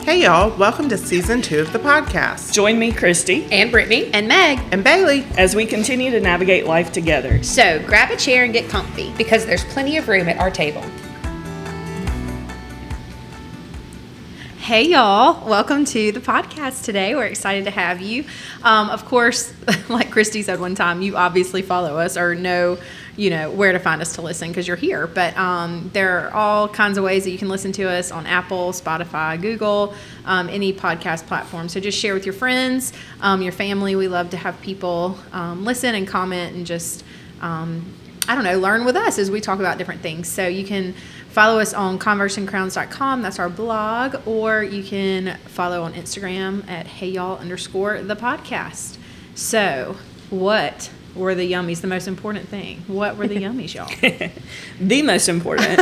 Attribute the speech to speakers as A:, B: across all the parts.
A: Hey, y'all, welcome to season two of the podcast.
B: Join me, Christy,
C: and Brittany.
D: and Meg.
A: And Bailey,
B: as we continue to navigate life together.
D: So grab a chair and get comfy.
C: Because there's plenty of room at our table.
D: Hey, y'all. Welcome to the podcast today. We're excited to have you. Um, of course, like Christy said one time, you obviously follow us or know, you know, where to find us to listen because you're here. But um, there are all kinds of ways that you can listen to us on Apple, Spotify, Google, um, any podcast platform. So just share with your friends, um, your family. We love to have people um, listen and comment and just um, I don't know, learn with us as we talk about different things. So you can follow us on converseandcrowns.com. That's our blog. Or you can follow on Instagram at hey y'all underscore the podcast. So what were the yummies? The most important thing. What were the yummies, y'all?
B: The most important,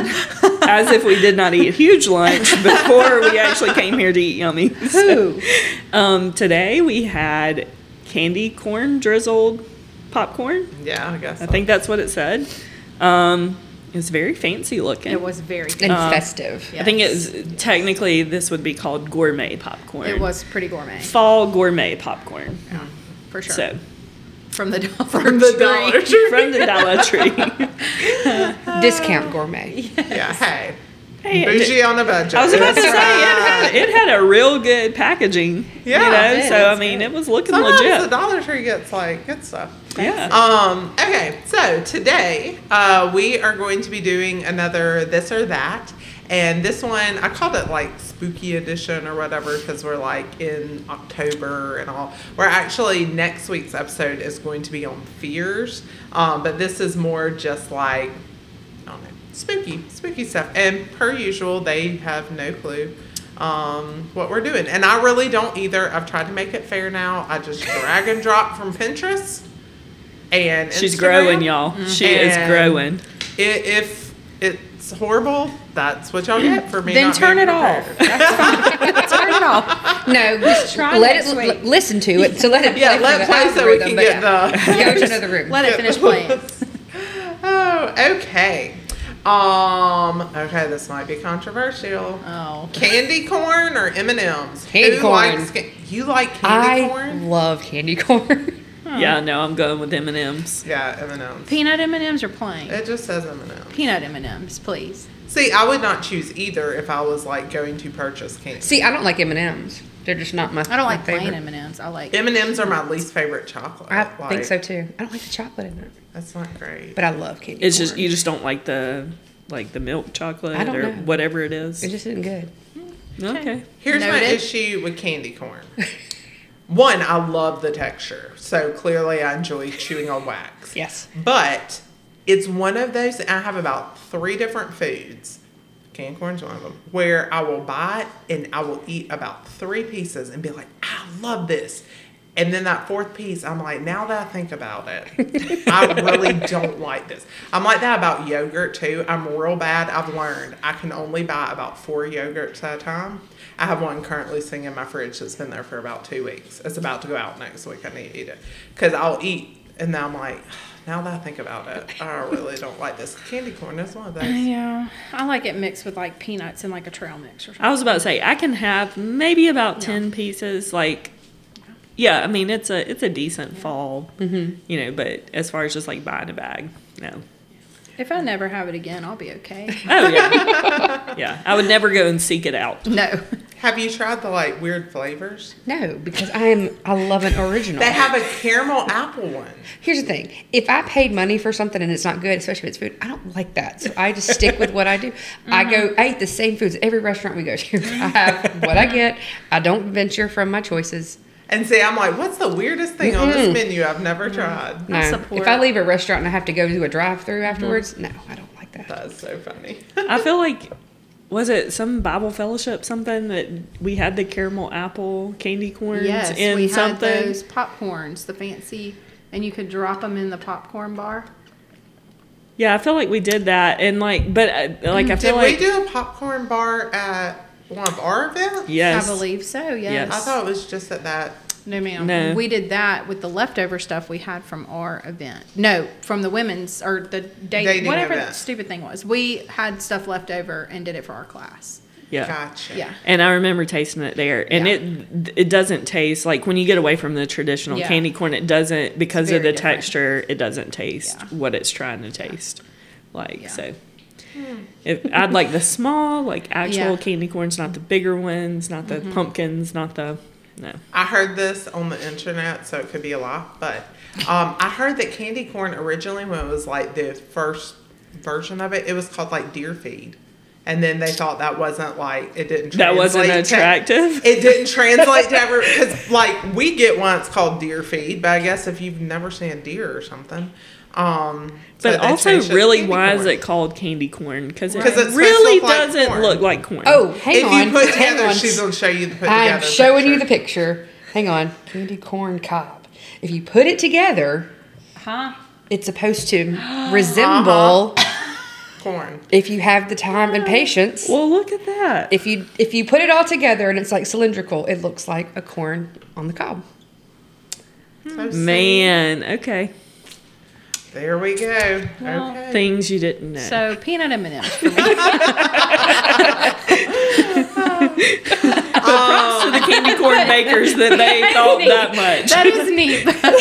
B: as if we did not eat a huge lunch before we actually came here to eat yummy.
D: Who?
B: Um, today we had candy corn drizzled popcorn.
A: yeah, I guess
B: I think that's what it said. Um, it was very fancy looking.
D: It was very good. Um,
C: And festive.
B: I think it was technically this would be called gourmet popcorn.
D: It was pretty gourmet,
B: fall gourmet popcorn.
D: for sure.
B: So
D: from the dollar
A: from the
D: Tree.
A: Dollar Tree.
B: from the Dollar Tree.
C: Discount gourmet.
A: yeah, hey,
B: Hey,
A: bougie on a budget.
B: I was about to
A: That's
B: say it
A: right.
B: had, it had a real good packaging.
A: Yeah,
B: you know,
A: it
B: so I mean, it was looking
A: Sometimes the
B: legit.
A: Dollar Tree gets like good stuff.
B: yeah,
A: Um, okay, so today uh, we are going to be doing another this or that. And this one, I called it like spooky edition or whatever because we're like in October and all. We're actually, next week's episode is going to be on fears. Um, but this is more just like, I don't know, spooky, spooky stuff. And per usual, they have no clue um, what we're doing. And I really don't either. I've tried to make it fair now. I just drag and drop from Pinterest and
B: she's
A: Instagram.
B: growing, y'all. She is
A: And
B: growing.
A: i- if it's horrible, that's what y'all get for me.
C: Then
A: not
C: turn
A: being
C: it off.
A: prepared.
D: Turn it off.
C: No, just
D: Try
C: let
D: next
C: it
D: week.
C: l- listen to it. So let it
A: yeah,
C: play
A: let
C: for the
A: play so we can
C: algorithm, but
A: get
C: yeah.
A: the.
C: Go to another room.
D: Let it finish playing.
A: Oh, okay. Um, okay, this might be controversial.
D: Oh.
A: Candy corn or M and M's?
C: Candy corn.
A: Likes, ca- you like candy
C: I
A: corn?
C: love candy corn.
B: Yeah, no, I'm going with M and M's.
A: Yeah, M and M's.
D: Peanut M&Ms are playing.
A: It just says M and M's.
D: Peanut M&Ms, please.
A: See, I would not choose either if I was like going to purchase candy.
C: See, I don't like M and M's. They're just not my.
D: I don't
C: my
D: like plain
C: favorite.
D: M&Ms. I like
A: M and M's are my least favorite chocolate.
C: I
A: Like,
C: think so too. I don't like the chocolate in it,
A: That's not great.
C: but I love candy.
B: It's just
C: corn.
B: you just don't like the like the milk chocolate
C: I don't
B: or
C: know.
B: whatever it is.
C: It just isn't good.
B: okay,
A: Here's my
D: Noted.
A: issue with candy corn. One, I love the texture. So clearly I enjoy chewing on wax.
C: Yes.
A: But it's one of those, I have about three different foods, canned corn's one of them, where I will buy it and I will eat about three pieces and be like, I love this. And then that fourth piece, I'm like, now that I think about it, I really don't like this. I'm like that about yogurt too. I'm real bad. I've learned I can only buy about four yogurts at a time. I have one currently sitting in my fridge that's been there for about two weeks. It's about to go out next week. I need to eat it because I'll eat and then I'm like, now that I think about it, I really don't like this. Candy corn is one of those.
D: Yeah, I like it mixed with like peanuts and like a trail mix or something.
B: I was about to say I can have maybe about ten pieces. Like, yeah, I mean it's a it's a decent fall,
C: Mm-hmm.
B: you know. But as far as just like buying a bag, no.
D: If I never have it again, I'll be okay.
B: Oh yeah, yeah. I would never go and seek it out.
D: No,
A: Have you tried the like weird flavors?
C: No, because I am. I love an original.
A: They have a caramel apple one.
C: Here's the thing: if I paid money for something and it's not good, especially if it's food, I don't like that. So I just stick with what I do. I go,
A: Mm-hmm.
C: I eat the same foods at every restaurant we go to. I have what I get. I don't venture from my choices.
A: And see, I'm like, what's the weirdest thing on this menu I've never tried?
C: No.
D: support.
C: If I leave a restaurant and I have to go to a
A: Mm-hmm.
C: drive-through afterwards, no, I don't like that.
A: That's so funny.
B: I feel like was it some Bible fellowship something that we had the caramel apple candy corns
D: yes,
B: in
D: we
B: something?
D: had those popcorns, the fancy, and you could drop them in the popcorn bar.
B: Yeah, I feel like we did that, and like, but uh,
D: Mm,
B: like I
A: Did
B: feel like
A: we do a popcorn bar at one of our events?
B: yes,
D: I believe so. Yes.
A: I thought it was just at that.
D: No, ma'am.
B: No.
D: We did that with the leftover stuff we had from our event. No, from the women's or the date,
A: Dating
D: whatever
A: event.
D: that stupid thing was. We had stuff left over and did it for our class.
B: Yeah.
A: Gotcha.
D: Yeah.
B: And I remember tasting it there, and
D: Yeah.
B: it it doesn't taste like when you get away from the traditional
D: Yeah.
B: candy corn. It doesn't because of
D: very
B: the
D: different.
B: texture. It doesn't taste
D: Yeah.
B: what it's trying to taste like.
D: Yeah.
B: So, if I'd like the small, like actual
D: Yeah.
B: candy corns, not the bigger ones, not the pumpkins, not the no.
A: I heard this on the internet, so it could be a lie, but um, I heard that candy corn originally, when it was like the first version of it, it was called like deer feed. And then they thought that wasn't like it didn't.
B: That wasn't
A: translate to-
B: attractive?
A: it didn't translate to ever because like we get one it's called deer feed, but I guess if you've never seen a deer or something, um. so
B: But
A: they
B: also,
A: changed it to
B: really,
A: candy
B: why is
A: corn.
B: it called candy corn? Because it
A: 'Cause it's supposed to
B: really
A: look like
B: doesn't
A: corn.
B: look like corn.
C: Oh, hang
A: if
C: on.
A: you put
C: hang
A: together,
C: on.
A: she's gonna show you the put
C: I'm
A: together
C: showing you the
A: picture.
C: picture. Hang on. Candy corn cob. If you put it together,
B: Uh-huh.
D: Huh?
C: it's supposed to resemble
A: Uh-huh. corn.
C: if you have the time and patience.
B: well, look at that.
C: If you if you put it all together and it's like cylindrical, it looks like a corn on the cob.
A: So see,
B: Man, okay.
A: there we go.
D: Well,
A: okay.
B: Things you didn't know.
D: So peanut M and M's.
B: props to the candy corn bakers that they thought that much.
D: That is neat. but, um,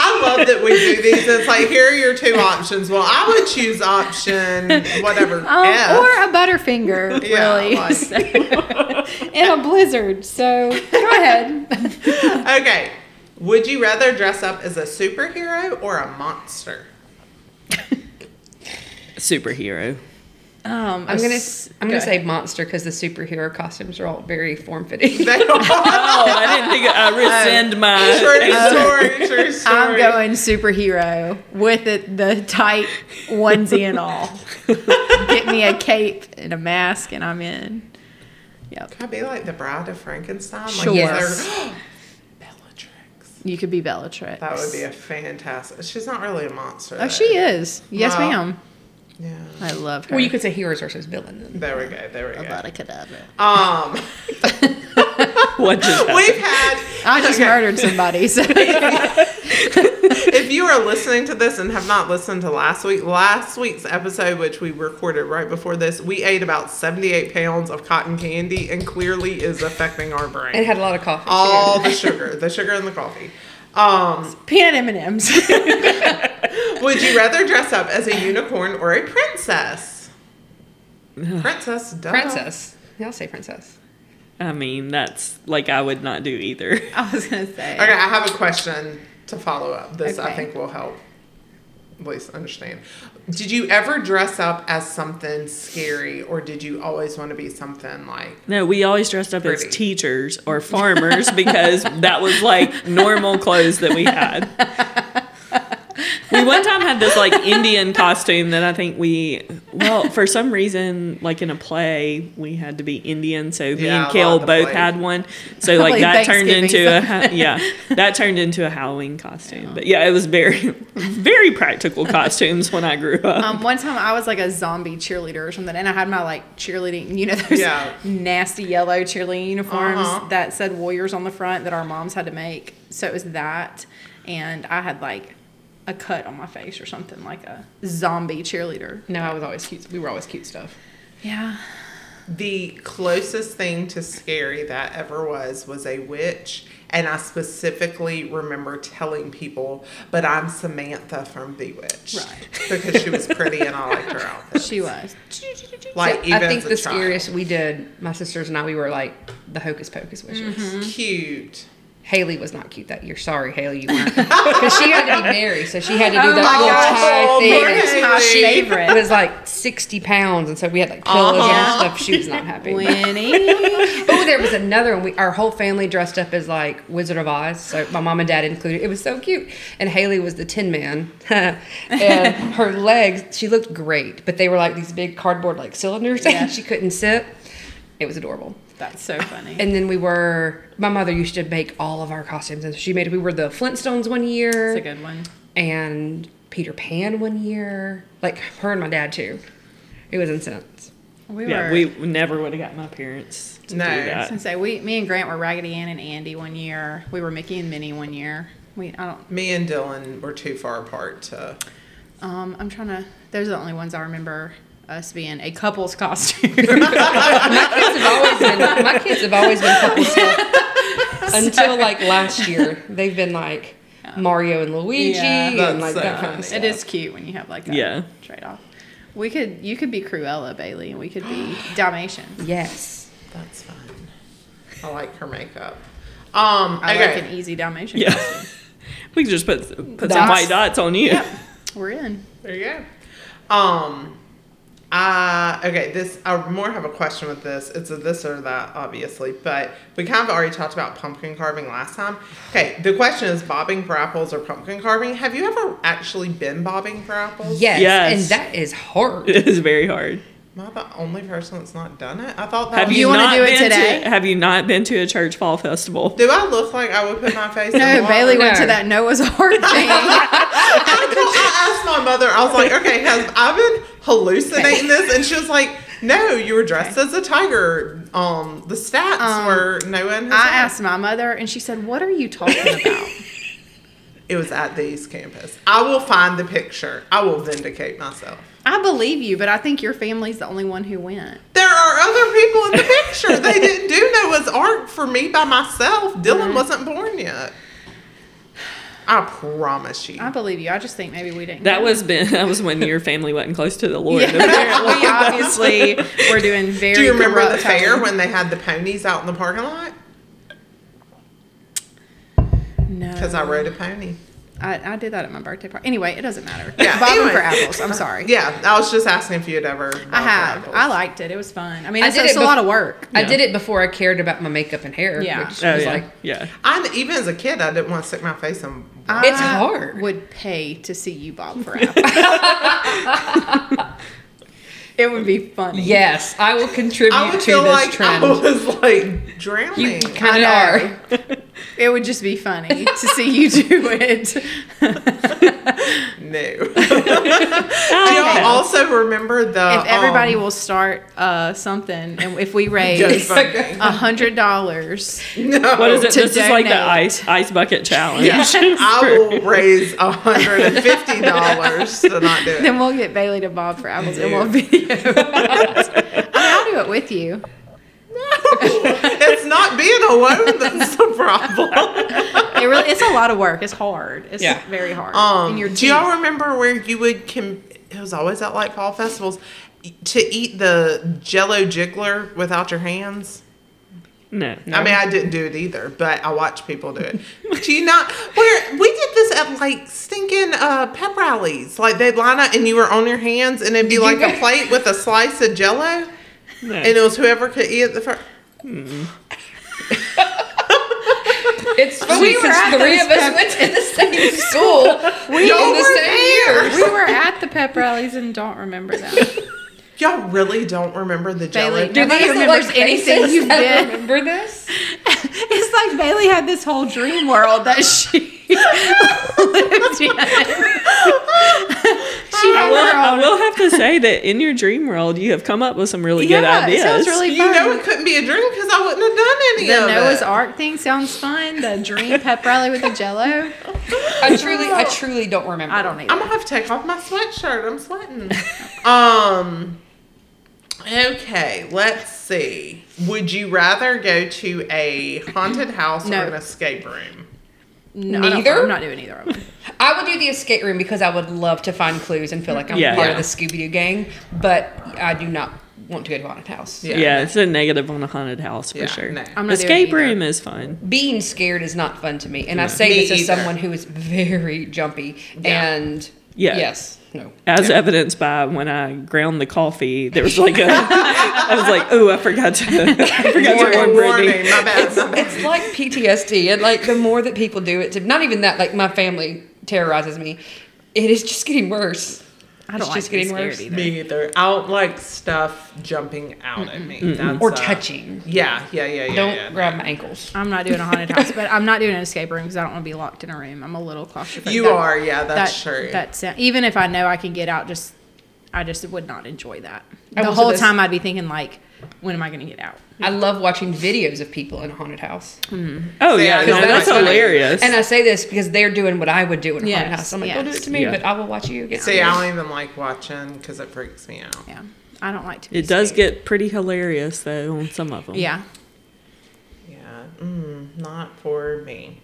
A: I love that we do these. It's like here are your two options. Well, I would choose option whatever.
D: um,
A: F.
D: or a Butterfinger,
A: Yeah,
D: really,
A: like-
D: So- in a blizzard. So go ahead.
A: okay. Would you rather dress up as a superhero or a monster?
B: Superhero.
D: Um,
C: I'm
D: a
C: gonna
D: s-
C: I'm gonna
D: go
C: say monster because the superhero costumes are all very form fitting.
A: They are.
D: Um,
B: Oh, I didn't think I rescind my.
A: True story. True story.
D: I'm going superhero with it, the tight onesie and all. Get me a cape and a mask, and I'm in. Yep,
A: Could I be like the Bride of Frankenstein?
D: Sure.
A: Like
C: Yes.
A: they're- Bellatrix.
D: you could be Bellatrix.
A: That would be a fantastic. She's not really a monster.
D: oh, she is. Yes,
A: Wow.
D: ma'am.
A: Yeah.
D: I love her.
C: Well, you could say heroes versus villain then.
A: There we go. There we go.
D: Abracadabra.
A: Um,
B: What just happened?
A: we've had
D: I just
A: Okay.
D: murdered somebody. So
A: if you are listening to this and have not listened to last week, last week's episode, which we recorded right before this, we ate about 78 pounds of cotton candy and clearly is affecting our
C: It
A: brain.
C: had a lot of coffee. too.
A: All the sugar, the sugar in the coffee. Um,
D: peanut M and M's.
A: would you rather dress up as a unicorn or a princess? Princess, duh.
C: Princess. Yeah, I'll say princess.
B: I mean, that's like I would not do either.
D: I was gonna say.
A: Okay, I have a question to follow up. This I
D: Okay.
A: think will help at least understand. Did you ever dress up as something scary or did you always want to be something like
B: No, we always dressed up
A: Pretty.
B: as teachers or farmers because that was like normal clothes that we had. We one time had this like Indian costume that I think we, well, for some reason, like in a play, we had to be Indian. So me
A: Yeah,
B: and
A: a lot
B: Kale
A: of the
B: both
A: play.
B: had one. So like
D: Like
B: that turned
D: Thanksgiving
B: into a, ha- yeah, that turned into a Halloween costume. But yeah, it was very, very practical costumes when I grew up.
D: Um, one time I was like a zombie cheerleader or something, and I had my like cheerleading, you know, those
A: Yeah.
D: nasty yellow cheerleading uniforms
A: Uh-huh.
D: that said warriors on the front that our moms had to make. So it was that, and I had like a cut on my face or something like a zombie cheerleader.
C: No, I was always cute. We were always cute stuff.
D: Yeah.
A: The closest thing to scary that ever was was a witch. And I specifically remember telling people, but I'm Samantha from Bewitched.
D: Right.
A: Because she was pretty and I liked her outfit.
D: She was.
A: Like, even
C: I think
A: as a
C: the
A: child.
C: scariest we did, my sisters and I, we were like the hocus pocus wishes.
A: Cute.
C: Haley was not cute that year. Sorry, Haley, you weren't. Because she had to be married, so she had to do
A: my gosh.
C: that
A: Oh,
C: little tie
A: Mary.
C: thing.
D: It's my
A: She
C: It
D: favorite.
C: was like 60 pounds, and so we had like pillows
A: Uh-huh.
C: and stuff. She was not happy.
D: Winnie.
C: oh, there was another one. We, our whole family dressed up as like Wizard of Oz, so my mom and dad included. It was so cute. And Haley was the Tin Man, and her legs. She looked great, but they were like these big cardboard like cylinders,
D: Yeah.
C: and she couldn't sit. It was adorable.
D: That's so funny.
C: And then we were. My mother used to make all of our costumes, and she made. We were the Flintstones one year,
D: That's a good one.
C: and Peter Pan one year. Like her and my dad too. It was intense.
D: We
B: yeah,
D: were.
B: we never would have got my parents to
A: No.
B: do that.
D: And so we, me and Grant were Raggedy Ann and Andy one year. We were Mickey and Minnie one year. We, I don't.
A: Me and Dylan were too far apart to.
D: Um, I'm trying to. Those are the only ones I remember us being a couple's costume.
C: my kids have always been my kids have always been couple stuff. Until like last year, they've been like Mario and Luigi
D: Yeah,
A: that's
C: and like
A: so
C: that kind of
A: funny.
C: stuff.
D: It is cute when you have like that
B: Yeah.
D: trade off. We could you could be Cruella Bailey and we could be Dalmatian.
C: Yes.
A: That's fun. I like her makeup. Um,
D: I
A: okay.
D: like an easy Dalmatian.
B: Yeah. we can just put put some
C: Dots.
B: white dots on you.
D: Yep. We're in.
A: There you go. Um, uh, okay, this, I more have a question with this. It's a this or that, obviously, but we kind of already talked about pumpkin carving last time. Okay, the question is bobbing for apples or pumpkin carving. Have you ever actually been bobbing for apples?
C: Yes.
B: Yes.
C: And that is hard.
B: It is very hard.
A: Am I the only person that's not done it? I thought that
B: Have
A: was-
B: you,
D: you wanna
B: not
D: do it
B: been
D: today?
B: To, have you not been to a church fall festival?
A: Do I look like I would put my face in
D: No,
A: water?
D: Bailey went
C: No.
D: to that Noah's Ark thing.
A: I, told- I asked my mother, I was like, okay, has I've been hallucinating this? And she was like, no, you were dressed as a tiger. Um, the stats
D: Um,
A: were no one. Has
D: I asked my mother and she said, What are you talking about?
A: It was at the East Campus. I will find the picture. I will vindicate myself.
D: I believe you, but I think your family's the only one who went.
A: There are other people in the picture. They didn't do Noah's Ark for me by myself.
D: Mm-hmm.
A: Dylan wasn't born yet. I promise you.
D: I believe you. I just think maybe we didn't.
B: That
D: go.
B: was been that was when your family wasn't close to the Lord.
D: Yeah, we obviously were doing very.
A: Do you remember the
D: corrupt-
A: fair when they had the ponies out in the parking lot?
D: No,
A: Because I rode a pony.
D: I, I did that at my birthday party. Anyway, it doesn't matter.
A: Yeah,
D: bobbing
A: anyway.
D: for apples. I'm sorry.
A: Yeah, I was just asking if you had ever.
D: I have. I liked it. It was fun. I mean,
C: I
D: it's,
C: did
D: it's
C: it
D: a lot
C: bef-
D: of work.
C: I did it before I cared about my makeup and hair,
D: Yeah.
C: which
B: Oh,
C: was
B: yeah.
C: like
B: yeah.
A: I even as a kid, I didn't want to stick my face in.
C: It's
D: I
C: hard.
D: Would pay to see you bob for apples. it would be funny.
C: Yes, I will
A: I
C: contribute to
A: would feel
C: this
A: like
C: trend.
A: I was like drowning.
C: you
A: I-
C: kind of
D: I know.
C: are.
D: It would just be funny to see you do it.
A: no. Do
B: Okay.
A: y'all also remember the
D: if everybody
A: um,
D: will start uh, something, and if we raise
A: Yes,
D: a
A: okay.
D: hundred dollars,
A: no,
B: What is it?
D: to
B: This is like the
D: donate.
B: ice ice bucket challenge.
A: I will raise hundred and fifty dollars to not do it.
D: then we'll get Bailey to bob for apples, and we'll video. it. I mean, I'll do it with you.
A: it's not being alone that's the problem.
D: It really, it's a lot of work. It's hard. It's
C: Yeah.
D: very hard.
A: Um,
D: and your
A: do y'all remember where you would? Com- it was always at like fall festivals e, to eat the Jello jiggler without your hands.
B: No, no.
A: I mean, I didn't do it either, but I watched people do it. do you not? Where we did this at like stinking uh, pep rallies, like they'd line up and you were on your hands, and it'd be like a
C: go-
A: plate with a slice of Jello,
B: no.
D: Hmm.
A: and it was whoever could eat it the first.
C: It's funny
D: We were
C: since
D: at
C: three
D: those
C: of us
D: pep-
C: went to the same school we
A: Y'all
C: in the
A: were
C: same
D: We
C: year.
D: were at the pep rallies and don't remember that.
A: Y'all really don't remember the Jello?
D: Bailey, Nobody
C: These are,
D: remembers anything
C: faces
D: you
C: that
D: did.
C: Remember this?
D: it's like Bailey had this whole dream world that she lived in. she
B: I
D: had
B: will, I
D: her own.
B: will have to say that in your dream world, you have come up with some really good
D: Yeah, it
B: ideas.
D: sounds really
A: You know
D: fun.
A: it couldn't be a dream because I wouldn't have done any
D: The
A: of
D: Noah's
A: it.
D: Ark thing sounds fun. The dream pep rally with the Jello.
C: I truly, I truly don't remember.
D: I don't
A: I'm
D: either.
A: gonna have to take off my sweatshirt. I'm sweating. um. Okay, let's see. Would you rather go to a haunted house
D: No.
A: or an escape room?
D: No, I don't-
C: Neither?
D: I'm not doing either of them.
C: I would do the escape room because I would love to find clues and feel like I'm
B: Yeah.
C: part of
B: Yeah.
C: the Scooby Doo gang. But I do not want to go to haunted house.
A: Yeah.
B: yeah. it's a negative on a haunted house for
A: Yeah,
B: sure.
A: no.
D: I'm not
B: Escape
D: doing either.
B: room is fun.
C: Being scared is not fun to me, and I say
A: Me
C: this as
A: either.
C: someone who is very jumpy
A: Yeah.
C: and
B: Yeah.
C: yes, no.
B: As evidenced by when I ground the coffee, there was like a. I was like, oh, I forgot to. I forgot to
A: Warning,
B: warn
A: warning,
B: Brittany.
A: my bad. My bad.
C: It's like PTSD, and like the more that people do it, to not even that. Like my family terrorizes me. It is just getting worse.
D: I don't
C: It's
D: like
C: just
D: to be
C: getting
D: scared
C: worse.
D: either.
A: Me either. I don't like stuff jumping out at me. That's,
C: Or
A: uh,
C: touching.
A: Yeah, yeah, yeah, yeah.
C: Don't
A: yeah.
C: grab my ankles.
D: I'm not doing a haunted house, but I'm not doing an escape room because I don't want to be locked in a room. I'm a little claustrophobic.
A: You
D: That-
A: are, yeah, that's
D: that,
A: true.
D: That sound, even if I know I can get out, just I just would not enjoy that.
C: I
D: the
C: will
D: whole
C: to this-
D: time I'd be thinking like, when am I going to get out?
C: I love watching videos of people in a haunted house.
B: Oh
A: See,
B: yeah,
A: I
B: no,
A: know
B: that's
A: that's funny.
B: hilarious.
C: And I say this because they're doing what I would do in a haunted
D: Yes,
C: house. I'm like,
D: yes.
C: don't do it to me,
B: Yeah.
C: but I will watch you get
A: See, I
C: scared."
A: don't even like watching because it freaks me out.
D: Yeah, I don't like to. be
B: it does
D: scared.
B: get pretty hilarious though on some of them.
D: Yeah.
A: Yeah, mm, not for me.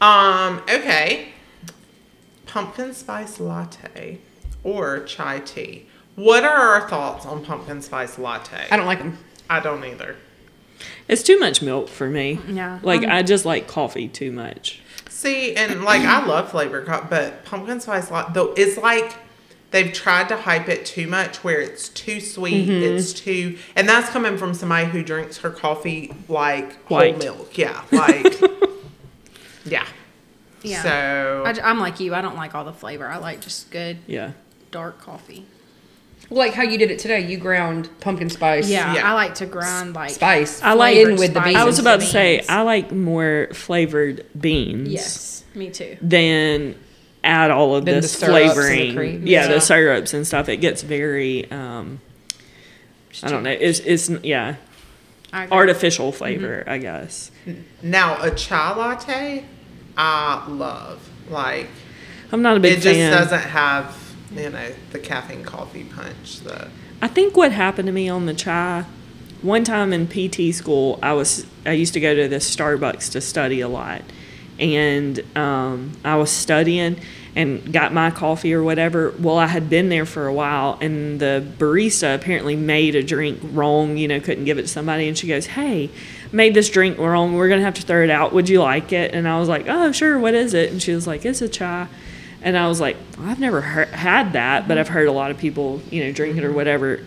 A: Um, okay. Pumpkin spice latte or chai tea. What are our thoughts on pumpkin spice latte?
C: I don't like them.
A: I don't either.
B: It's too much milk for me.
D: Yeah.
B: Like I just like coffee too much.
A: See, and like I love flavor cup, but pumpkin spice latte though it's like they've tried to hype it too much where it's too sweet,
C: Mm-hmm.
A: it's too and that's coming from somebody who drinks her coffee like
B: White.
A: whole milk. Yeah. Like Yeah.
D: Yeah.
A: So
D: I, am like you. I don't like all the flavor. I like just good
B: Yeah.
D: dark coffee.
C: Well, like how you did it today. You ground pumpkin spice.
D: Yeah,
A: Yeah.
D: I like to grind like
C: Spice.
B: I like-
C: in with the
D: Flavored
C: beans.
D: spice.
B: I was
D: the
B: about to say
D: beans.
B: I like more flavored beans.
D: Yes, me too.
B: Than add all of
C: Than the
B: this
C: syrups and the
B: flavoring.
C: cream.
B: Yeah,
D: Yeah.
B: the syrups and stuff. It gets very um I don't know. It's it's yeah,
D: I agree.
B: artificial flavor, I guess.
A: Now a chai latte, I love. Like
B: I'm not a
A: it
B: big
A: just
B: fan.
A: doesn't have you know the caffeine coffee punch. The
B: I think what happened to me on the chai, one time in PT school, I was I used to go to this Starbucks to study a lot, and um, I was studying and got my coffee or whatever. Well, I had been there for a while, and the barista apparently made a drink wrong. You know, couldn't give it to somebody, and she goes, "Hey, made this drink wrong. We're gonna have to throw it out. Would you like it?" And I was like, "Oh, sure. What is it?" And she was like, "It's a chai." And I was like, well, I've never heard, had that, but I've heard a lot of people, you know, drink it or whatever.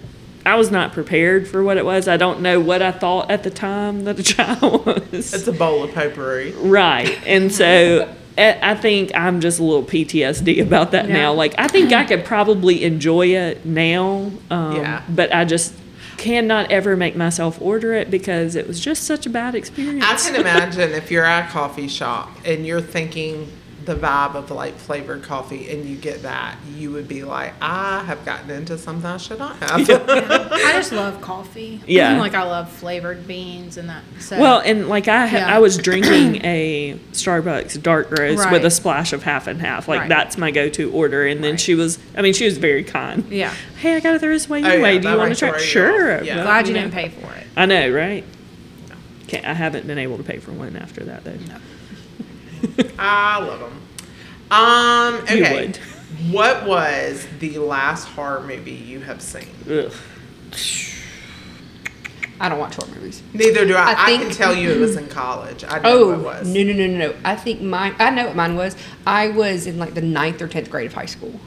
B: I was not prepared for what it was. I don't know what I thought at the time that a child was.
A: it's a bowl of potpourri.
B: right. And so I I think I'm just a little PTSD about that
D: Yeah.
B: now. Like, I think I could probably enjoy it now, um,
A: Yeah.
B: but I just cannot ever make myself order it because it was just such a bad experience.
A: I can imagine if you're at a coffee shop and you're thinking the vibe of like flavored coffee and you get that, you would be like, I have gotten into something I should not have.
D: I just love coffee.
B: Yeah.
D: like I love flavored beans and that. So
B: Well, and like I, ha-
D: Yeah.
B: I was drinking a Starbucks dark roast with a
D: Right.
B: splash of half and half. Like
D: Right.
B: that's my go-to order. And then
D: Right.
B: she was, I mean, she was very kind.
D: yeah.
B: Hey, I got to throw this away
A: Oh, yeah,
B: anyway. Do
A: that
B: you want to
A: might
B: try?
A: throw you
B: Sure.
A: off. Yeah.
B: Well,
D: Glad you
B: know.
D: didn't pay for it.
B: I know, right? Can't, I haven't been able to pay for one after that though.
A: I love them. Um,
B: You
A: okay.
B: would.
A: What was the last horror movie you have seen?
B: Ugh.
C: I don't watch horror movies.
A: Neither do I.
C: I
A: I, can
C: think-
A: tell you it was in college. I know
C: Oh
A: it was.
C: no no no no no! I think mine. I know what mine was. I was in like the ninth or tenth grade of high school,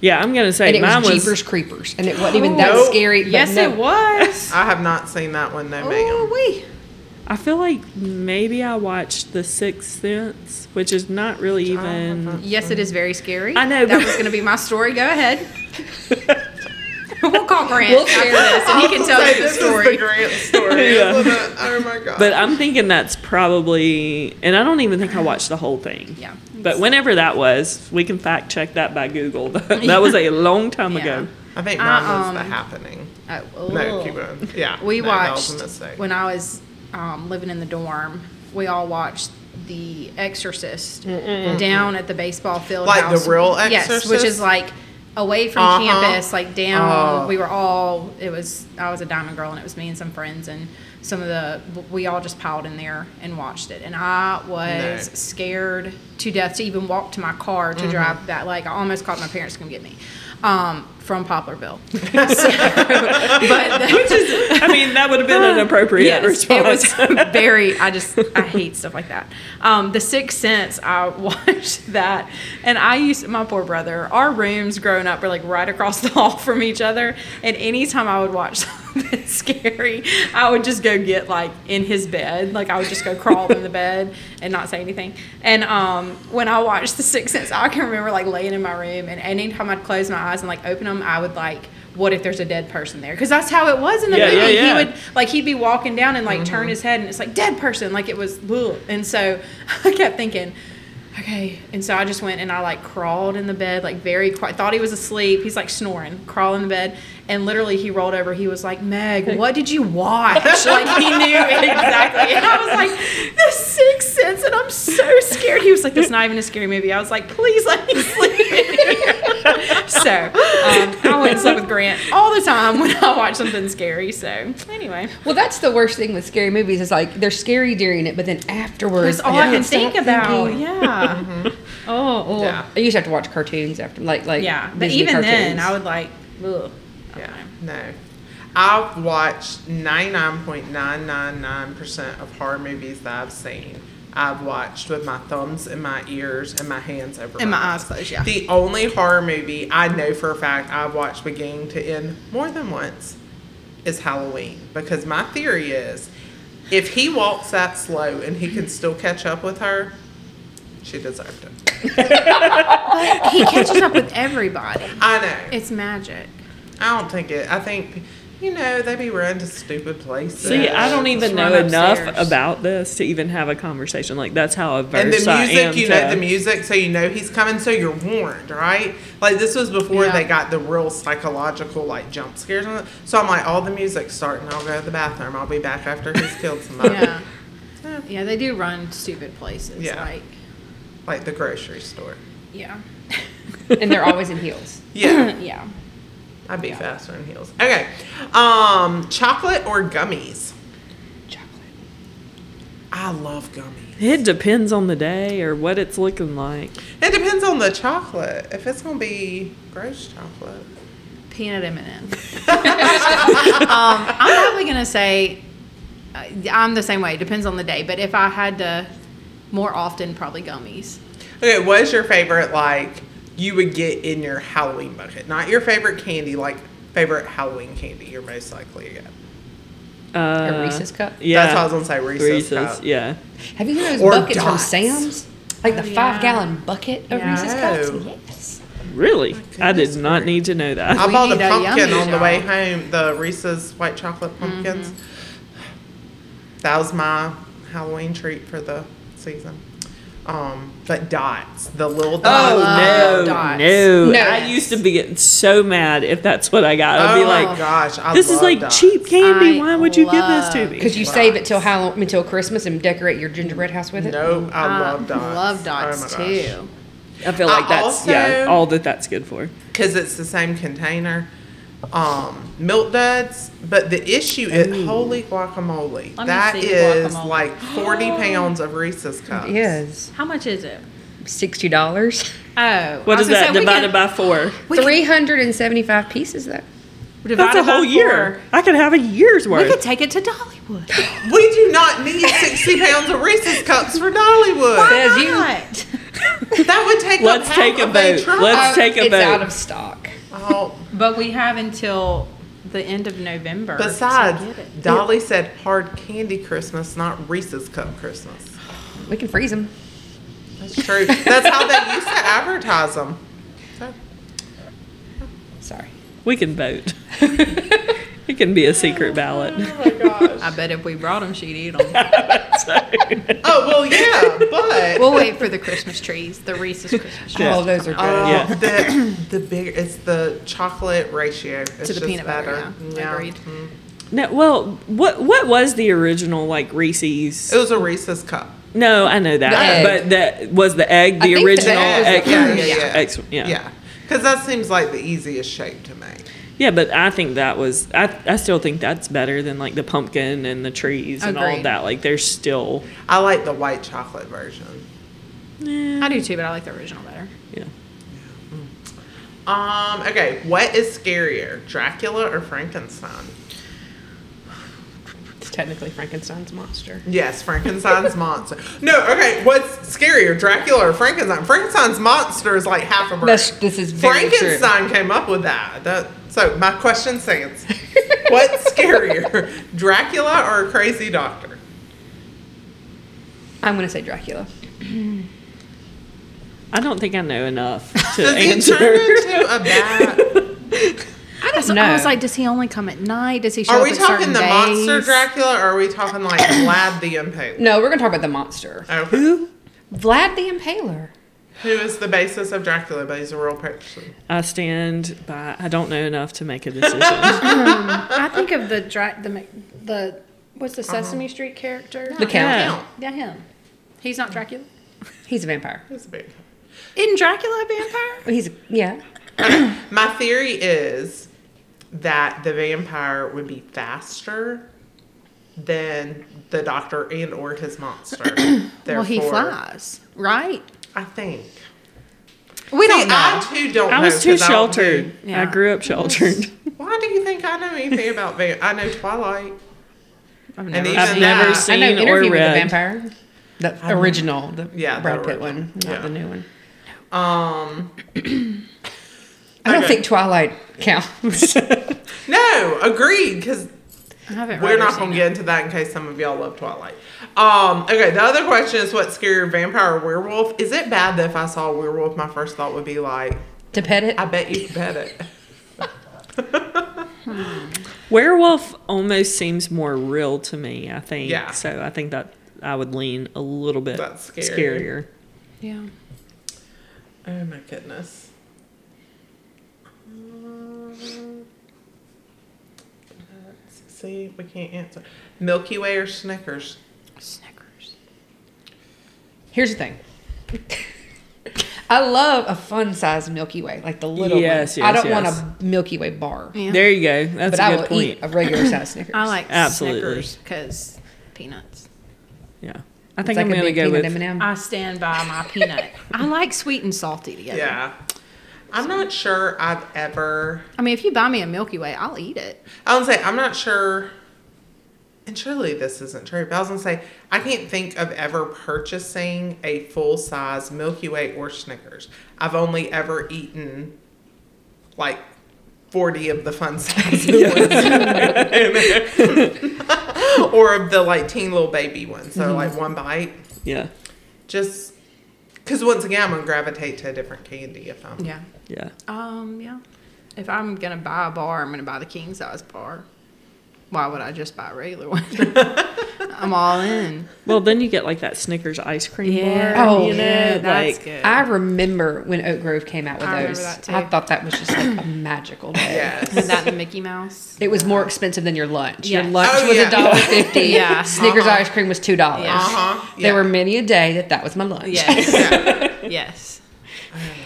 B: Yeah, I'm gonna say
C: and it
B: mine
C: was
B: was.
C: Jeepers Creepers, and it wasn't even that
A: No.
C: scary. but
D: Oh, Yes,
C: no.
D: it was.
A: I have not seen that one, no,
D: Oh
A: ma'am.
D: wee.
B: I feel like maybe I watched The Sixth Sense, which is not really even.
D: Yes, it is very scary.
B: I know,
D: that
B: but-
D: was going to be my story. Go ahead. we'll call Grant
C: We'll
D: after
C: share
D: this, and he can tell
A: Say,
D: you the
A: this
D: story.
A: is the Grant story.
B: Yeah.
A: isn't it? Oh my god.
B: But I'm thinking that's probably, and I don't even think I watched the whole thing.
D: Yeah.
B: But whenever that was, we can fact check that by Google. that was a long time ago.
A: I think mine was the
D: um,
A: happening.
D: Oh,
A: No,
D: ugh.
A: keep going. Yeah.
D: We
A: no, that was a
D: watched
A: mistake.
D: when I was um, living in the dorm. We all watched The Exorcist down at the baseball field.
A: Like the
D: house.
A: real
D: yes, which
A: Exorcist?
D: is like away from
A: Uh-huh.
D: campus, like down.
A: Oh.
D: We were all. It was I was a diamond girl, and it was me and some friends, and some of the we all just piled in there and watched it, and I was
A: No.
D: scared to death to even walk to my car
A: Mm-hmm.
D: to drive that. Like I almost called my parents to come get me. Um, from Poplarville, So- but
B: Which is, I mean, that would have been an appropriate response.
D: It was very. I just I hate stuff like that. Um, the Sixth Sense. I watched that, and I used my poor brother. Our rooms growing up were like right across the hall from each other, and anytime I would watch something scary, I would just go get like in his bed. Like I would just go crawl in the bed and not say anything. And um, when I watched The Sixth Sense, I can remember like laying in my room, and anytime I'd close my eyes and like open them, I would like. What if there's a dead person there? Because that's how it was in the
B: Yeah,
D: movie.
B: yeah, yeah. Mm-hmm.
D: He would like he'd be walking down and like turn his head and it's like dead person like it was ugh. and so i kept thinking okay. And so I just went and I like crawled in the bed, like very quiet. Thought he was asleep. He's like snoring, crawl in the bed. And literally he rolled over. He was like, Meg, what did you watch? Like he knew exactly. And I was like, The Sixth Sense. And I'm so scared. He was like, That's not even a scary movie. I was like, Please let me sleep in here. So um, I went and slept with Grant all the time when I watch something scary. So anyway.
C: Well, that's the worst thing with scary movies is like they're scary during it, but then afterwards,
D: That's all I can think about. Yeah. Oh, oh.
A: Yeah.
C: I used to have to watch cartoons after, like like
D: Yeah. But
C: Disney
D: even then,
C: cartoons.
D: I would like, ugh.
A: Yeah, no. I've watched 99.999% of horror movies that I've seen. I've watched with my thumbs in my ears and my hands over
D: And my eyes closed, yeah.
A: The only horror movie I know for a fact I've watched beginning to end more than once is Halloween because my theory is if he walks that slow and he can still catch up with her, she deserved it.
D: He catches up with everybody.
A: I know.
D: It's magic.
A: I don't think it. I think, you know, they be running to stupid places.
B: See, I don't even
D: run
B: know enough
D: upstairs.
B: about this to even have a conversation. Like that's how averse
A: and the
B: I am
A: music, you
B: to-
A: know, the music, so you know he's coming, so you're warned, right? Like this was before
D: Yeah.
A: they got the real psychological like jump scares. and that. So I'm like, all the music's starting. I'll go to the bathroom. I'll be back after he's killed somebody,
D: Yeah. yeah, they do run stupid places.
A: Yeah.
D: Like,
A: like the grocery store.
D: yeah.
C: and they're always in heels.
A: Yeah,
D: Yeah.
A: I'd be faster in heels. Okay, um, chocolate or gummies?
C: Chocolate.
A: I love gummies.
B: It depends on the day or what it's looking like.
A: It depends on the chocolate. If it's gonna be gross chocolate,
D: Peanut M&M. um, I'm probably going to say uh, I'm the same way. It depends on the day. But if I had to, more often, probably gummies.
A: Okay, what's your favorite like you would get in your Halloween bucket? Not your favorite candy, like favorite Halloween candy you're most likely to get.
B: Uh,
C: A Reese's cup.
B: Yeah,
A: That's what I was gonna say, Reese's. cup.
B: Yeah,
C: Have you seen those
A: Or
C: buckets from
A: dots.
C: Sam's? Like the
D: Oh, yeah.
C: five gallon bucket of
D: Yeah.
C: Reese's cups?
A: No.
C: Yes.
B: really. I
A: goodness,
B: did not need to know that.
A: I
D: We
A: bought a
D: need a
A: pumpkin
D: yummy Mm-hmm.
A: on the way
D: job.
A: home, the Reese's white chocolate pumpkins. That was my Halloween treat for the season. Um, but dots, the little
B: Oh
A: dots.
B: no,
D: dots.
B: no!
C: No.
B: I used to be getting so mad if that's what I got. I'd be
A: Oh my
B: like,
A: gosh, I
B: "This is
A: love
B: like
A: dots.
B: cheap candy.
D: I
B: Why would you give this to
D: love-
B: me?"
C: Because you
A: Wow.
C: save it till Halloween, until Christmas, and decorate your gingerbread house with it.
A: No, I
D: Uh,
A: love dots.
D: Love dots,
A: Oh my gosh.
D: too.
B: I feel
A: I
B: like that's yeah
A: also-
B: all that that's good for.
A: because it's the same container. Um, milk duds, but the issue is holy guacamole.
D: Let me
A: That
D: see the
A: is
D: guacamole.
A: like forty pounds of Reese's cups.
C: Yes.
D: How much is it?
C: Sixty dollars.
D: Oh.
B: What
D: I
B: is
D: was gonna
B: that
D: say, we
B: divided
D: can-
B: by four?
C: Three hundred and seventy-five pieces, though.
B: That's
D: divided
B: a whole
D: by
B: year. I could have a year's
D: four. We
B: worth.
D: could take it to Dollywood.
A: We do not need sixty pounds of Reese's cups for Dollywood.
C: Says you.
D: Not.
A: That would take.
B: Let's
A: up half
B: take a
A: of a
B: vote.
A: truck.
B: Let's- take a
C: it's
B: vote.
C: out of stock.
A: Oh,
D: But we have until the end of November. to
A: besides,
D: get it.
A: Dolly said hard candy Christmas, not Reese's cup Christmas.
C: We can freeze them.
A: That's true. That's how they used to advertise them. So,
C: Sorry.
B: We can vote. it can be a secret ballot.
A: oh my gosh.
D: I bet if we brought them, she'd eat them.
A: Oh well, yeah, but
D: we'll wait for the Christmas trees, the Reese's Christmas trees.
C: Oh, those are good.
A: Oh,
B: Yeah.
A: the the big it's the chocolate ratio it's
D: To the
A: just
D: peanut butter,
A: better.
D: yeah. Agreed.
A: Mhm.
B: No, well, what what was the original like Reese's?
A: It was a Reese's cup.
B: No, I know that,
C: egg.
B: but that was the egg. The
C: think the
B: original
C: egg
B: egg.
C: was the
A: yeah, yeah, yeah.
B: Ex- yeah.
A: yeah. Because that seems like the easiest shape to make.
B: Yeah, but I think that was. I I still think that's better than like the pumpkin and the trees and all
D: Agreed.
B: of that. Like they're still.
A: I like the white chocolate version.
D: I do too, but I like the original better.
B: Yeah.
A: Um. Okay. What is scarier, Dracula or Frankenstein?
C: It's technically Frankenstein's monster.
A: Yes, Frankenstein's monster. No. Okay. What's scarier, Dracula or Frankenstein? Frankenstein's monster is like half a brain.
C: That's, this is very true.
A: Frankenstein came up with that. that. So my question stands: What's scarier, Dracula or a crazy doctor?
C: I'm gonna say Dracula.
B: I don't think I know enough to
A: Does he
B: answer.
A: turn into a bat?
D: I don't
C: know.
D: I was like, does he only come at night? Does he show
A: Are
D: up
A: we
D: at
A: talking
D: certain
A: the monster
D: days?
A: Dracula, or are we talking like Vlad the Impaler?
C: No, we're gonna talk about the monster.
A: Okay.
C: Vlad the Impaler.
A: Who is the basis of Dracula, but he's a real person.
B: I stand by. I don't know enough to make a decision.
E: I think of the dra- the Mac- the what's the
A: Uh-huh.
E: Sesame Street character?
C: The Count.
B: Yeah.
E: Yeah, him. He's not Dracula.
C: He's a vampire.
A: He's a big
E: Isn't Dracula a vampire?
C: He's a, yeah.
A: My theory is that the vampire would be faster than the doctor and or his monster.
E: well, he
A: Therefore,
E: flies, right?
A: I think.
E: We
A: See,
E: don't know.
A: I too don't
B: I
A: know
B: was too
A: 'cause I don't
B: sheltered.
E: Yeah.
B: I grew up sheltered.
A: do- Why do you think I know anything about vampire? I know Twilight.
E: I've
A: And
E: never
A: even
B: I've
A: that,
B: never
C: I know
B: seen or
C: Interview with the
B: read.
C: Vampire. The original, the
A: Yeah, the
C: Brad Pitt
A: original.
C: one, not
A: Yeah.
C: the new one.
A: Um,
C: I don't
A: Okay.
C: think Twilight counts.
A: no, agreed. Because
E: I haven't
A: We're
E: read or
A: not
E: seen
A: going
E: it.
A: to get into that in case some of y'all love Twilight. Um, okay, the other question is what's scarier, vampire or werewolf? Is it bad that if I saw a werewolf, my first thought would be like,
C: to pet it,
A: I bet you could pet it?
B: Werewolf almost seems more real to me. I think.
A: Yeah.
B: So I think that I would lean a little bit
A: That's scary.
B: scarier.
E: Yeah.
A: Oh my goodness. Let's See, we can't answer. Milky Way or Snickers?
E: Snickers.
C: here's the thing. I love a fun size Milky Way, like the little
B: Yes,
C: one. I
B: yes,
C: don't
B: yes.
C: want a Milky Way bar,
E: Yeah.
B: There you go. That's
C: but
B: a
C: I
B: good
C: will
B: point.
C: eat a regular size Snickers.
D: I like
B: Absolutely.
D: Snickers because peanuts.
B: Yeah. I
C: It's
B: think
C: like
B: I'm
C: a
B: gonna
C: big
B: go
C: peanut
B: with.
C: M&M.
D: I stand by my peanut. I like sweet and salty together.
A: Yeah. I'm not sure I've ever.
E: I mean, if you buy me a Milky Way, I'll eat it.
A: I was gonna say I'm not sure, and surely this isn't true. But I was gonna say I can't think of ever purchasing a full size Milky Way or Snickers. I've only ever eaten like forty of the fun size ones, or of the like teen little baby ones. So like one bite,
B: Yeah.
A: just because once again I'm gonna gravitate to a different candy if I'm.
E: Yeah.
B: Yeah.
E: Um. Yeah. If I'm gonna buy a bar, I'm gonna buy the king size bar. Why would I just buy a regular one? I'm all in.
B: Well, then you get like that Snickers ice cream bar.
C: Oh,
B: you know,
E: yeah, that's
B: like
E: good.
C: I remember when Oak Grove came out with
E: I remember
C: those.
E: that too.
C: I thought that was just like a magical day.
A: Yes.
E: Is that the Mickey Mouse?
C: It was more expensive than your lunch.
E: Yes.
C: Your lunch
A: Oh,
C: was
A: yeah.
C: a dollar fifty.
E: Yeah.
C: Snickers ice cream was two dollars.
E: Yeah.
A: Uh-huh. Yeah.
C: There were many a day that that was my lunch.
E: Yes.
A: Yeah.
E: yes.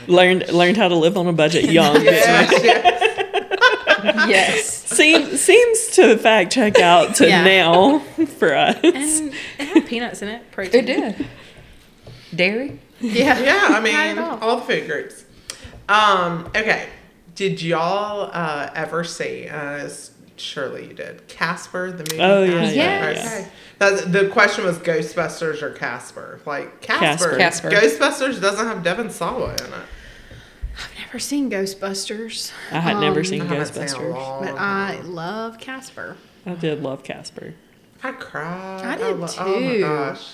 B: learned learned how to live on a budget young.
A: Yes, yes.
E: Yes.
B: Seem, seems to fact check out to
E: Yeah.
B: now for us.
E: And it had peanuts in it. Protein.
C: It did. Dairy?
E: Yeah.
A: Yeah, I mean,
E: at all.
A: all. the food groups. Um, okay. Did y'all uh, ever see? Uh, s- surely you did. Casper the movie.
B: Oh, yeah,
A: Casper?
B: yeah,
A: Okay. That's- the question was Ghostbusters or Casper. Like Casper.
C: Casper. Casper.
A: Ghostbusters doesn't have Devin Sawa in it.
E: I've never seen Ghostbusters,
B: I had never seen
E: um,
A: I haven't seen it in a
B: Ghostbusters.
A: long
E: but uh,
A: time.
E: I love Casper.
B: I did love Casper.
A: I cried.
E: I did
A: Oh my
E: too.
A: gosh,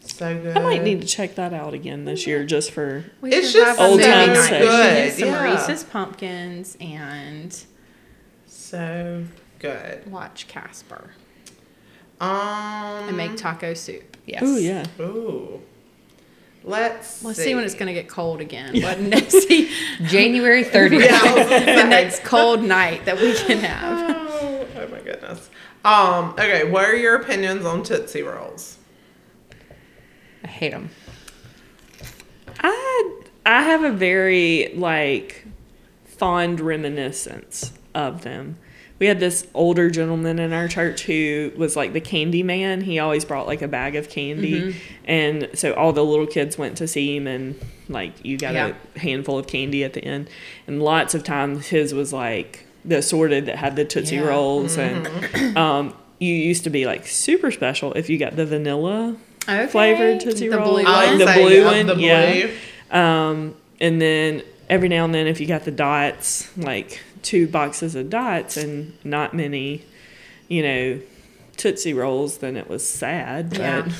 A: so good.
B: I might need to check that out again this year just for
E: We
A: It's
E: should
A: just
E: have a
B: Old
E: movie
B: time
E: night.
B: session.
E: We should do
A: good,
E: Some
A: yeah.
E: Reese's pumpkins and
A: so good.
E: watch Casper
A: Um,
E: and
A: Mm-hmm.
E: make taco soup.
C: Yes.
B: Oh yeah.
A: Ooh, let's
E: Let's see, when it's going to get cold again. What next? see
C: January 30th.
A: Yeah, I was gonna
E: the
A: say.
E: next cold night that we can have.
A: Oh, oh my goodness. Um, okay, what are your opinions on Tootsie Rolls?
C: I hate them.
B: I I have a very like fond reminiscence of them. We had this older gentleman in our church who was like the candy man. He always brought like a bag of candy, and so all the little kids went to see him, and like you got a handful of candy at the end. And lots of times his was like the assorted that had the tootsie
E: Yeah.
B: rolls, and um, you used to be like super special if you got the vanilla
E: Okay.
B: flavored tootsie
E: The
B: roll,
E: blue
A: I
E: one.
B: the
A: say,
B: blue
A: yeah,
B: one,
A: the
B: yeah.
A: blue.
B: Um, and then every now and then, if you got the dots, like two boxes of dots and not many, you know, tootsie rolls, then it was sad. But
E: Yeah.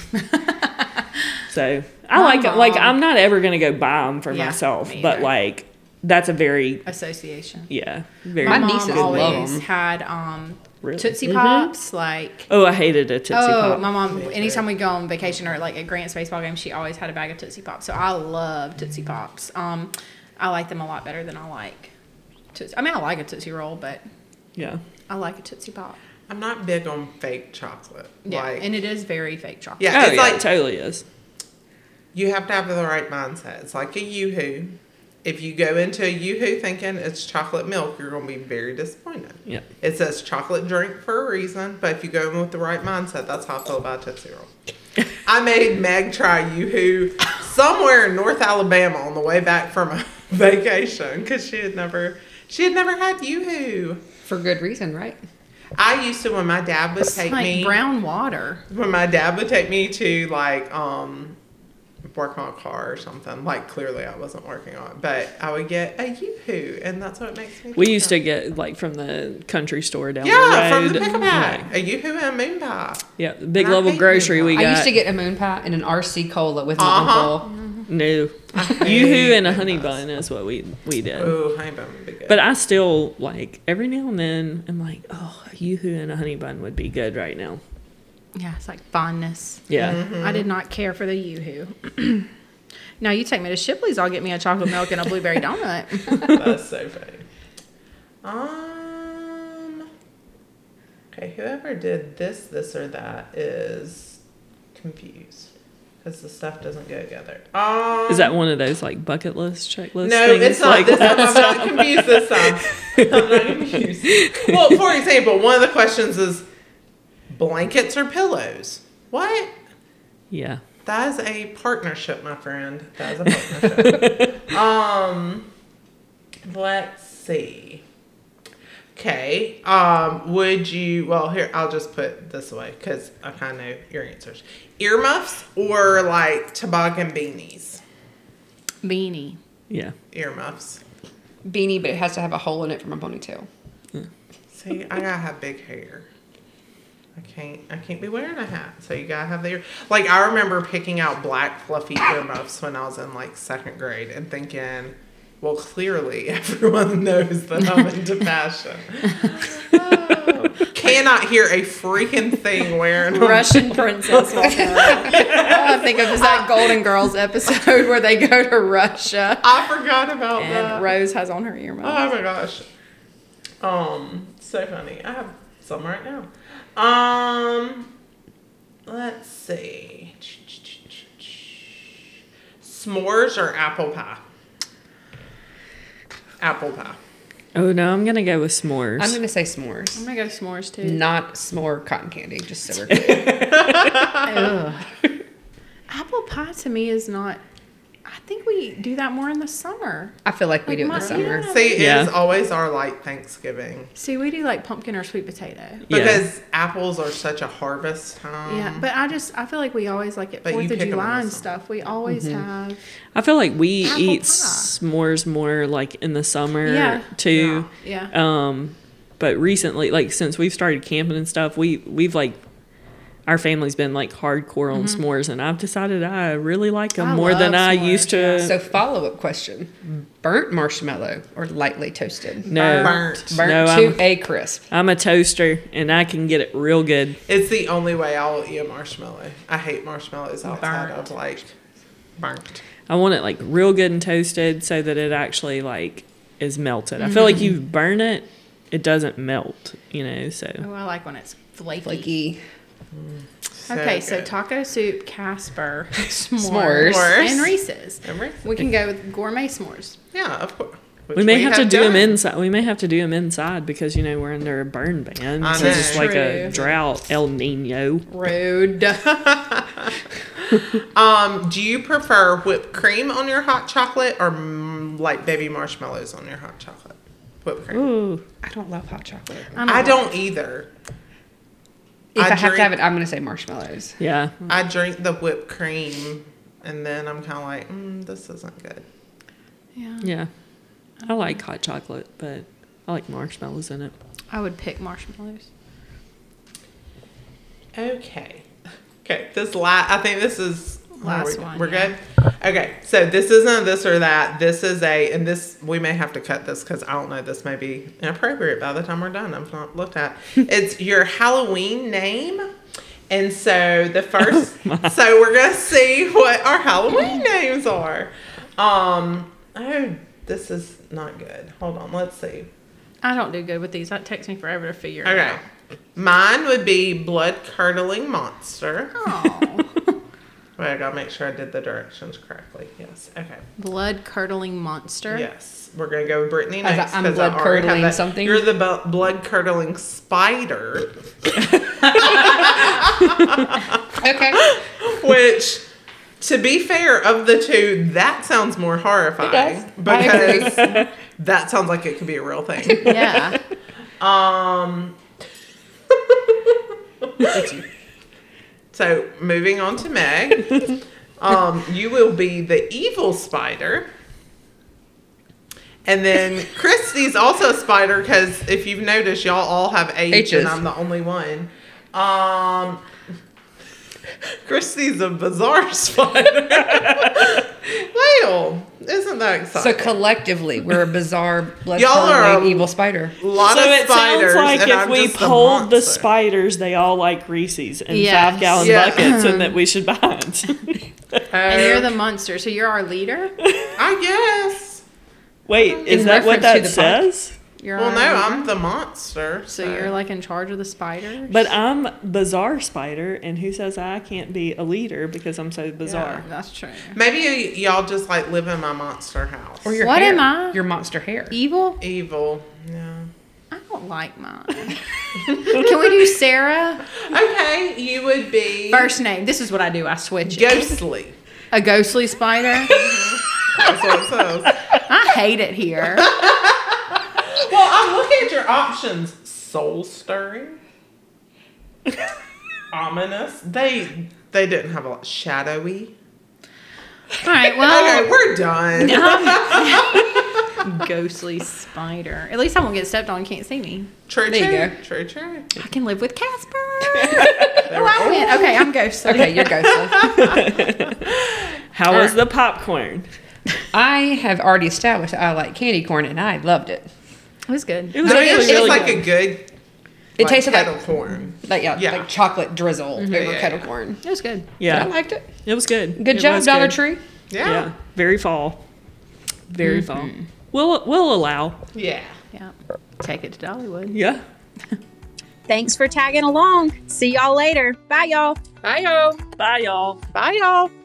B: so I
E: My
B: like it. Like
E: mom-
B: I'm not ever gonna go buy them for
E: Yeah,
B: myself,
E: me
B: but
E: either.
B: like that's a very
E: Association.
B: yeah very
C: My
E: mom
C: nieces love
E: always
C: 'em.
E: had um,
B: Really?
D: Tootsie Pops, like.
B: oh, I hated a Tootsie
D: oh,
B: Pop.
D: my mom! Anytime we go on vacation or like at Grant's baseball game, she always had a bag of Tootsie Pops. So I love Tootsie Pops. Um, I like them a lot better than I like. Tootsie. I mean, I like a Tootsie Roll, but
B: yeah.
D: I like a Tootsie Pop.
A: I'm not big on fake chocolate.
D: Yeah,
A: like,
D: and it is very fake chocolate.
A: yeah,
B: Oh,
A: it's
B: yeah,
A: like
B: it totally is.
A: you have to have the right mindset. It's like a YooHoo. If you go into a YooHoo thinking it's chocolate milk, you're going to be very disappointed.
B: Yeah.
A: It says chocolate drink for a reason, but if you go in with the right mindset, that's how I feel about Tootsie Roll. I made Meg try YooHoo somewhere in North Alabama on the way back from a vacation because she had never she had never had YooHoo.
C: For good reason, right?
A: I used to when my dad would take
D: like
A: me
D: brown water.
A: when my dad would take me to like um work on a car or something like clearly i wasn't working on it but i would get a yoo-hoo and that's what it makes me
B: We
A: think
B: used to
A: of.
B: get like from the country store down
A: yeah
B: the
A: from
B: road.
A: the pick a
B: Like,
A: bag a yoo-hoo and a moon pie
B: yeah, the big
A: And I
B: level
A: hate
B: grocery
A: Moon
B: we
A: Pie.
B: got.
C: I used to get a moon pie and an RC cola with my
A: Uh-huh.
C: uncle.
B: no.
A: hate
B: Yoo-hoo and a
A: Moon
B: honey
A: Pies.
B: bun is what we we did.
A: oh honey bun would be good
B: But I still like every now and then I'm like, oh, a yoo-hoo and a honey bun would be good right now.
D: Yeah, it's like fondness.
B: Yeah.
D: I did not care for the yoo-hoo. now you take me to Shipley's, I'll get me a chocolate milk and a blueberry donut.
A: that's so funny um okay whoever did this this or that is confused because the stuff doesn't go together um
B: Is that one of those like bucket list checklist?
A: No,
B: things?
A: it's not.
B: Like,
A: this time. I'm not confused this time. I'm not confused. Well, for example, one of the questions is blankets or pillows. What?
B: yeah.
A: That is a partnership, my friend. That is a partnership. um, let's see. Okay. Um, would you? Well, here I'll just put this away because I kind of know your answers. Earmuffs or like toboggan beanies.
D: Beanie.
B: Yeah.
A: Earmuffs.
C: Beanie, but it has to have a hole in it from a ponytail.
A: See, I gotta have big hair. I can't. I can't be wearing a hat. So you gotta have the ear. Like I remember picking out black fluffy earmuffs when I was in like second grade and thinking, well, clearly everyone knows that I'm into fashion. Cannot hear a freaking thing wearing. them.
F: Russian princess.
D: I think of is that Golden Girls episode where they go to Russia
A: I forgot about that.
D: and Rose has on her earmuffs.
A: Oh my gosh. Um, so funny. I have some right now. Um, let's see. S'mores or apple pie? Apple pie.
B: Oh no, I'm gonna go with s'mores.
C: I'm going to say s'mores.
D: I'm gonna go s'mores too.
C: Not s'more cotton candy, just so we're clear.
D: Ugh. Apple pie to me is not. I think we do that more in the summer.
C: I feel like we do it in the
D: Like my-
C: summer.
A: See, it is
B: Yeah.
A: always our like Thanksgiving
D: See, we do like pumpkin or sweet potato.
B: Yeah.
A: because apples are such a harvest time.
D: Yeah, but I just I feel like we always like at
A: But you
D: Fourth of
A: pick 'em in the
D: July and
A: summer.
D: stuff. We always have
B: I feel like we
D: Apple
B: eat
D: pie.
B: s'mores more like in the summer
D: Yeah.
B: too.
D: yeah.
B: Um, but recently, like since we've started camping and stuff, we we've like our family's been like hardcore on s'mores, and I've decided I really like them
D: I
B: more than
D: love
B: I
D: s'mores,
B: used to.
D: yeah.
C: So, follow up question burnt marshmallow or lightly toasted?
B: no,
A: Burnt.
C: Burnt
B: No,
C: to
B: I'm-
C: a crisp.
B: I'm a toaster, and I can get it real good.
A: It's the only way I'll eat a marshmallow. I hate marshmallows outside of like burnt.
B: I want it like real good and toasted, so that it actually like is melted. I feel like you burn it, it doesn't melt. You know, so
D: Oh, I like when it's flaky.
C: Flaky.
D: Okay, so
A: good.
D: taco soup, Casper, s'mores,
C: S'mores.
A: S'mores.
D: and Reese's.
A: Remember?
D: We can go with gourmet s'mores.
A: Yeah, of course.
B: we may have, to do them
A: done.
B: inside. We may have to do them inside because you know we're under a burn ban.
A: I
B: So it's just
A: know.
B: like a drought, El Nino.
D: Rude.
A: Um, do you prefer whipped cream on your hot chocolate or mm, like baby marshmallows on your hot chocolate? Whipped cream.
B: Ooh,
C: I don't love hot chocolate.
A: I don't either.
C: If I,
A: I
C: have to have it,
A: drink-
C: I'm going to say marshmallows.
B: yeah.
A: I drink the whipped cream and then I'm kind of like, mm, this isn't good.
D: Yeah.
B: Yeah. I like hot chocolate, but I like marshmallows in it.
D: I would pick marshmallows.
A: Okay. Okay. This last, I think this is
D: Last
A: we-
D: one,
A: We're
D: yeah.
A: good. Okay, so this isn't this or that. This is a, and this we may have to cut this because I don't know. This may be inappropriate by the time we're done. I've not looked at. It's your Halloween name, and so
D: Oh
A: the first. so we're gonna see what our Halloween names are. Um. Oh, this is not good. Hold on. Let's see.
D: I don't do good with these. That takes me forever to figure it
A: Okay.
D: out.
A: Mine would be blood curdling monster.
D: Oh.
A: Wait, I gotta make sure I did the directions correctly. Yes. Okay.
D: Blood curdling monster.
A: Yes, we're gonna go with Brittany
C: I was
A: next.
C: like, I'm
A: 'cause I
C: blood
A: already have
C: curdling
A: that.
C: something.
A: You're the bu- blood curdling spider,
C: Okay.
A: which, to be fair, of the two, that sounds more horrifying
C: It does. I agree.
A: because that sounds like it could be a real thing.
D: Yeah.
A: Um. so moving on to Meg, um, you will be the evil spider. And then Christy's also a spider because if you've noticed, y'all all have H,
C: H's.
A: and I'm the only one. Um, Christy's a bizarre spider. well, isn't that
C: So
A: exciting?
C: collectively, we're a bizarre, blood
A: Y'all are
C: curdling
A: a-
C: evil spider.
A: a lot
B: so
A: of
B: it
A: spiders,
B: sounds like
A: and
B: if
A: I'm
B: we
A: just a
B: polled the
A: monster.
B: spiders, they all like Reese's in
D: Yes.
B: five gallon
A: Yeah.
B: buckets, and that we should buy it.
D: And you're the
A: Uh,
D: monster, so you're our leader.
A: I guess.
B: Wait, is
C: In
B: that what
C: reference to
B: that
C: the podcast.
B: says?
D: You're
A: Well,
D: our
A: no,
D: leader.
A: I'm the monster.
D: So you're like in charge of the spider.
B: But I'm bizarre spider, and who says I can't be a leader because I'm so bizarre?
D: that's true.
A: maybe y- y'all just like live in my monster house.
C: Or your
D: What
C: hair.
D: am I?
C: Your monster hair.
D: Evil?
A: evil. Yeah.
D: I don't like mine. Can we do Sarah?
A: Okay, you would be
D: First name. This is what I do. I switch it.
A: ghostly.
D: A ghostly spider.
A: That's what it says.
D: I hate it here.
A: Well, I'm looking at your options. Soul stirring. ominous. They they didn't have a lot. Shadowy.
D: All right.
A: Okay,
D: Well,
A: we're done.
D: ghostly spider. At least I won't get stepped on. Can't see me.
A: True,
C: There you
A: true. True, true.
D: I can live with Casper.
A: They
D: oh,
A: were-
D: I win. Okay, I'm ghostly.
C: Okay, you're ghostly.
B: How
A: Uh,
B: was the popcorn?
C: I have already established I like candy corn, and I loved it.
D: It was good.
B: It was
A: I mean,
B: actually
A: it's,
B: really
A: it's like
B: good.
A: a good.
C: It tasted like-
A: kettle corn.
C: Like yeah,
A: Yeah.
C: like chocolate drizzle over
A: yeah,
C: kettle
A: yeah.
C: corn.
D: It was good.
C: I
B: yeah,
C: liked it.
B: it was good.
C: Good
B: It
C: job,
B: was
C: Dollar
B: good.
C: Tree.
B: Yeah.
A: Yeah.
B: very fall. Very fall. We'll we'll allow.
A: Yeah.
D: Yeah. Take it to Dollywood.
B: Yeah.
G: Thanks for tagging along. See y'all later. Bye, y'all.
B: Bye, y'all.
A: Bye, y'all.